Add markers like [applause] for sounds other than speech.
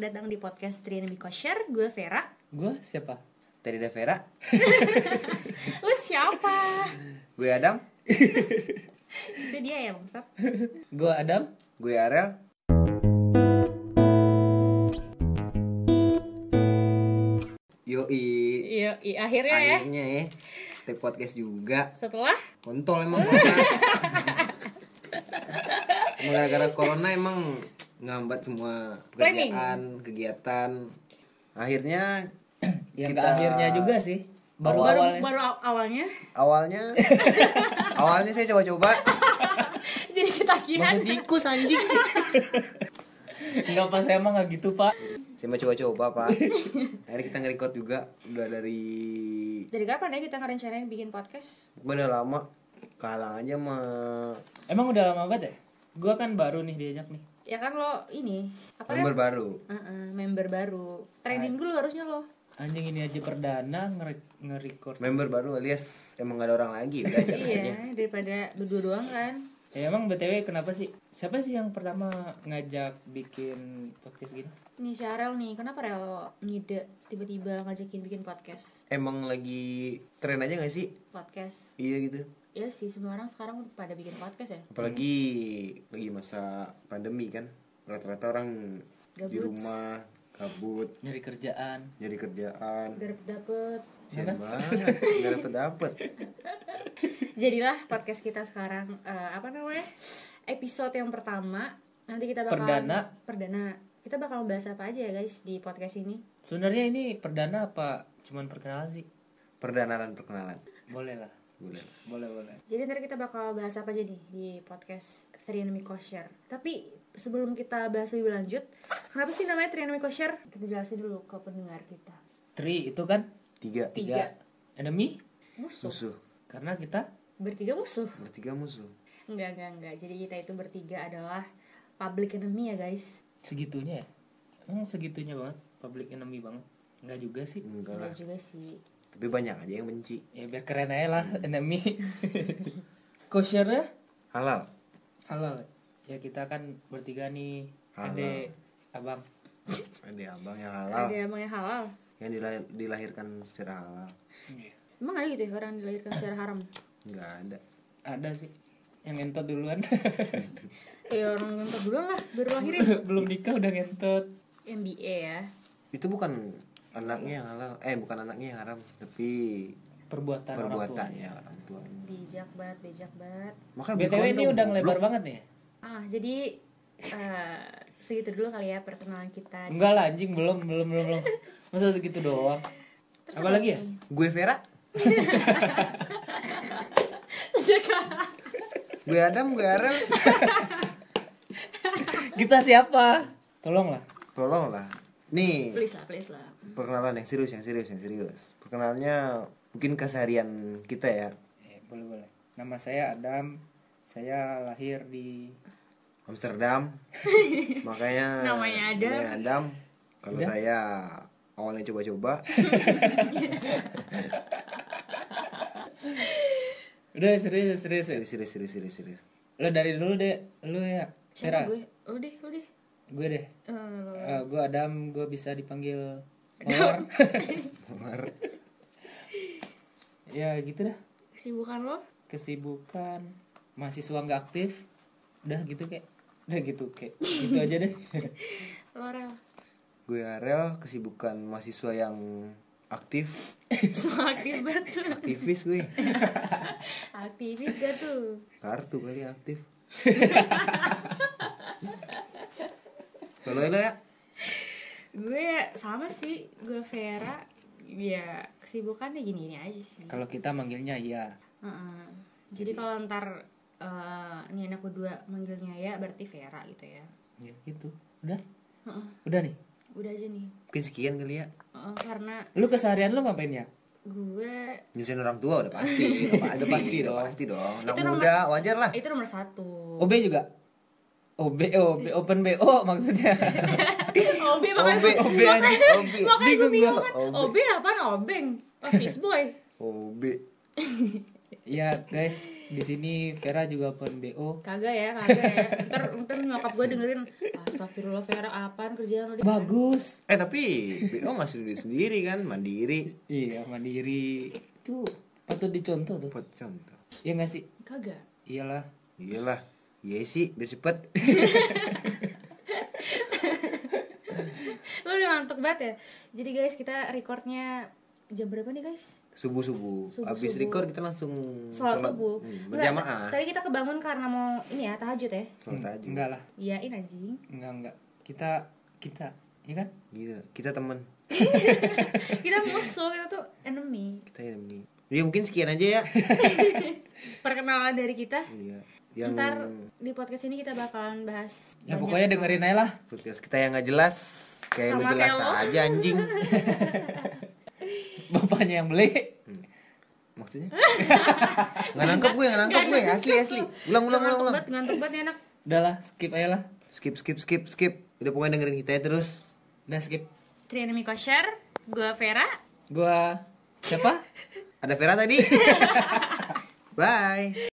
datang di podcast Trianemi Kosher. Gue Vera. Gue siapa? Tadi ada Vera, Lu siapa? gue Adam, Itu dia ya, Bang Sap. Gue Adam. gue Arel. Yoi, Iya, iya, akhirnya ya. akhirnya ya, take podcast juga. Setelah Kontol emang [laughs] kita. Emang gara-gara corona emang ngambat semua Planning. pekerjaan, kegiatan. Akhirnya Ya Kita- nggak akhirnya juga sih. Baru baru awalnya. baru aw- awalnya [laughs] awalnya awalnya saya coba-coba jadi ketagihan. masuk tikus anjing. Enggak pas saya emang nggak gitu pak. Saya mau coba-coba, Pak. Akhirnya kita nge-record juga udah dari Dari kapan ya kita ngerencanain bikin podcast? Gua udah lama kalah aja sama Emang udah lama banget ya? Gue kan baru nih diajak nih. Ya kan lo ini apa member namanya? baru Uh-uh, member baru. Training dulu harusnya lo. Anjing ini aja perdana nge- nge-record. member baru alias emang gak ada orang lagi udah aja aja Iya, daripada berdua doang kan. Ya, emang btw kenapa sih? Siapa sih yang pertama ngajak bikin podcast gini? Nih si Arel nih, kenapa Rel ngide tiba-tiba ngajakin bikin podcast? emang lagi tren aja gak sih Podcast. iya gitu Iya sih, semua orang sekarang pada bikin podcast ya. apalagi lagi masa pandemi kan rata-rata orang di Gabut. rumah kabut Nyari kerjaan. jadi kerjaan Biar dapet Sian banget gak dapet dapet Jadilah podcast kita sekarang eh, apa namanya? Episode yang pertama. Nanti kita bakal Perdana. Perdana. Kita bakal membahas apa aja ya guys di podcast ini. Sebenarnya ini perdana apa? Cuman perkenalan sih. perdana dan perkenalan Boleh lah. boleh Boleh boleh. Jadi ntar kita bakal bahas apa aja nih di podcast Trianemi Kosher. Tapi sebelum kita bahas lebih lanjut, kenapa sih namanya Trianemi Kosher? Kita jelasin dulu ke pendengar kita. Tri itu kan tiga Tiga. tiga enemy Musuh. musuh karena kita Bertiga musuh. bertiga musuh Enggak, enggak, enggak. Jadi kita itu bertiga adalah public enemy ya guys. segitunya ya. Emang segitunya banget public enemy banget. Enggak juga sih. enggak lah Enggak juga sih. tapi banyak aja yang benci Ya biar keren aja lah [laughs] enemy. Koshernya halal halal. Ya kita kan bertiga nih. Halal. Ade, abang. ada abang yang halal Ada emang yang halal. yang dilahi- dilahirkan secara halal Emang ada gitu ya orang dilahirkan secara haram? nggak ada Ada sih. Yang ngentot duluan. [laughs] Ya orang yang duluan lah, baru lahirin Belum nikah udah ngentot. MBA ya itu bukan anaknya yang halal eh bukan anaknya yang haram tapi Perbuatan, orang tua. perbuatannya orang tuanya Bijak banget, bijak banget makanya beli BTW ini kondom, udah goblok. ngelebar banget nih. ya? Ah, jadi eh, segitu dulu kali ya perkenalan kita Enggak lah anjing belum belum belum belum. Masa segitu doang. Terus apa lagi ya? gue [laughs] Vera Jaga. gue Adam gue Arel Kita siapa? Tolonglah. tolong lah nih please lah, please lah perkenalan yang serius yang serius yang serius perkenalannya mungkin keseharian kita ya Eh, boleh boleh. Nama saya Adam. Saya lahir di [laughs] Amsterdam makanya Namanya Adam. namanya Adam kalau saya awalnya coba-coba Udah serius serius. serius. serius serius serius serius serius Lo dari dulu deh, lo ya. Vera. Siapa gue? Lu deh, lu deh Gue deh. Eh, Eh, gue Adam, gue bisa dipanggil Mawar. [laughs] [laughs] ya gitu dah. Kesibukan lo? Kesibukan mahasiswa nggak aktif. Udah gitu kayak. Udah gitu kayak. Gitu aja deh. Lo [laughs] Rel gue Arel kesibukan mahasiswa yang aktif Semua aktif banget aktivis gue Aktivis gak tuh? kartu kali ya, aktif kalau Ella ya Gue sama sih, gue Vera Ya kesibukannya gini-gini aja sih Kalau kita manggilnya ya. Heeh. Jadi kalau ntar eh nih anak kedua manggilnya ya berarti Vera gitu ya. Ya gitu. Udah. Heeh. Udah nih. Udah aja nih. mungkin sekian kali ya Heeh, karena Lu keseharian lu ngapain ya? gue nyusahin orang tua udah pasti udah pasti, pasti udah dong. pasti dong anak Itu nomor- muda wajar Eh. lah itu nomor satu. OB juga. OB OB open BO [laughs] maksudnya. kan Obe makanya Obe, gue OB, makanya, OB. makanya gue Bingung bingung gua. kan. Obe. Oh, Obe apaan obeng? Office boy. OB ya guys, Di sini Vera juga open BO. Kagak ya, kagak ya. Ntar, ntar nyokap gue dengerin, astagfirullah Vera, apaan kerjaan lu? Di- Bagus. Eh tapi BO ngasih duit sendiri kan, mandiri. Iya, mandiri. Itu patut dicontoh tuh. Buat contoh. Ya nggak sih? Kagak. Iyalah. Iyalah. Iya sih, biar cepet. Lu udah ngantuk banget ya. Jadi guys, kita recordnya jam berapa nih guys? Subuh subuh. Subuh-subuh. Habis record kita langsung Sholat subuh. Hmm, Enggak, ah. berjamaah. Tadi kita kebangun karena mau ini ya, tahajud ya. Sholat aja. Enggak lah. Iyain anjing. Enggak, enggak. Kita kita Iya kan? Gila, kita teman. Kita musuh, kita tuh enemy. Kita yang ini. Ya mungkin sekian [laughs] aja ya. Perkenalan dari kita. Iya. Yang Ntar di podcast ini kita bakalan bahas Ya banyak pokoknya hal. dengerin aja lah. podcast kita yang nggak jelas. Kayak lu Sama jelas kayak lo. aja [laughs] anjing. Bapaknya yang beli. Maksudnya? Nggak nangkep gue, nggak nangkep gue. ya, Asli, asli. Ulang, ulang, ulang, Ngantuk ulang. banget, ngantuk banget nih anak. Udah lah, skip aja lah. Skip, skip, skip, skip. Udah pokoknya dengerin kita ya terus. Udah skip. Trianemi Kosher, gue Vera. Gua siapa? [laughs] Ada Vera tadi. Bye.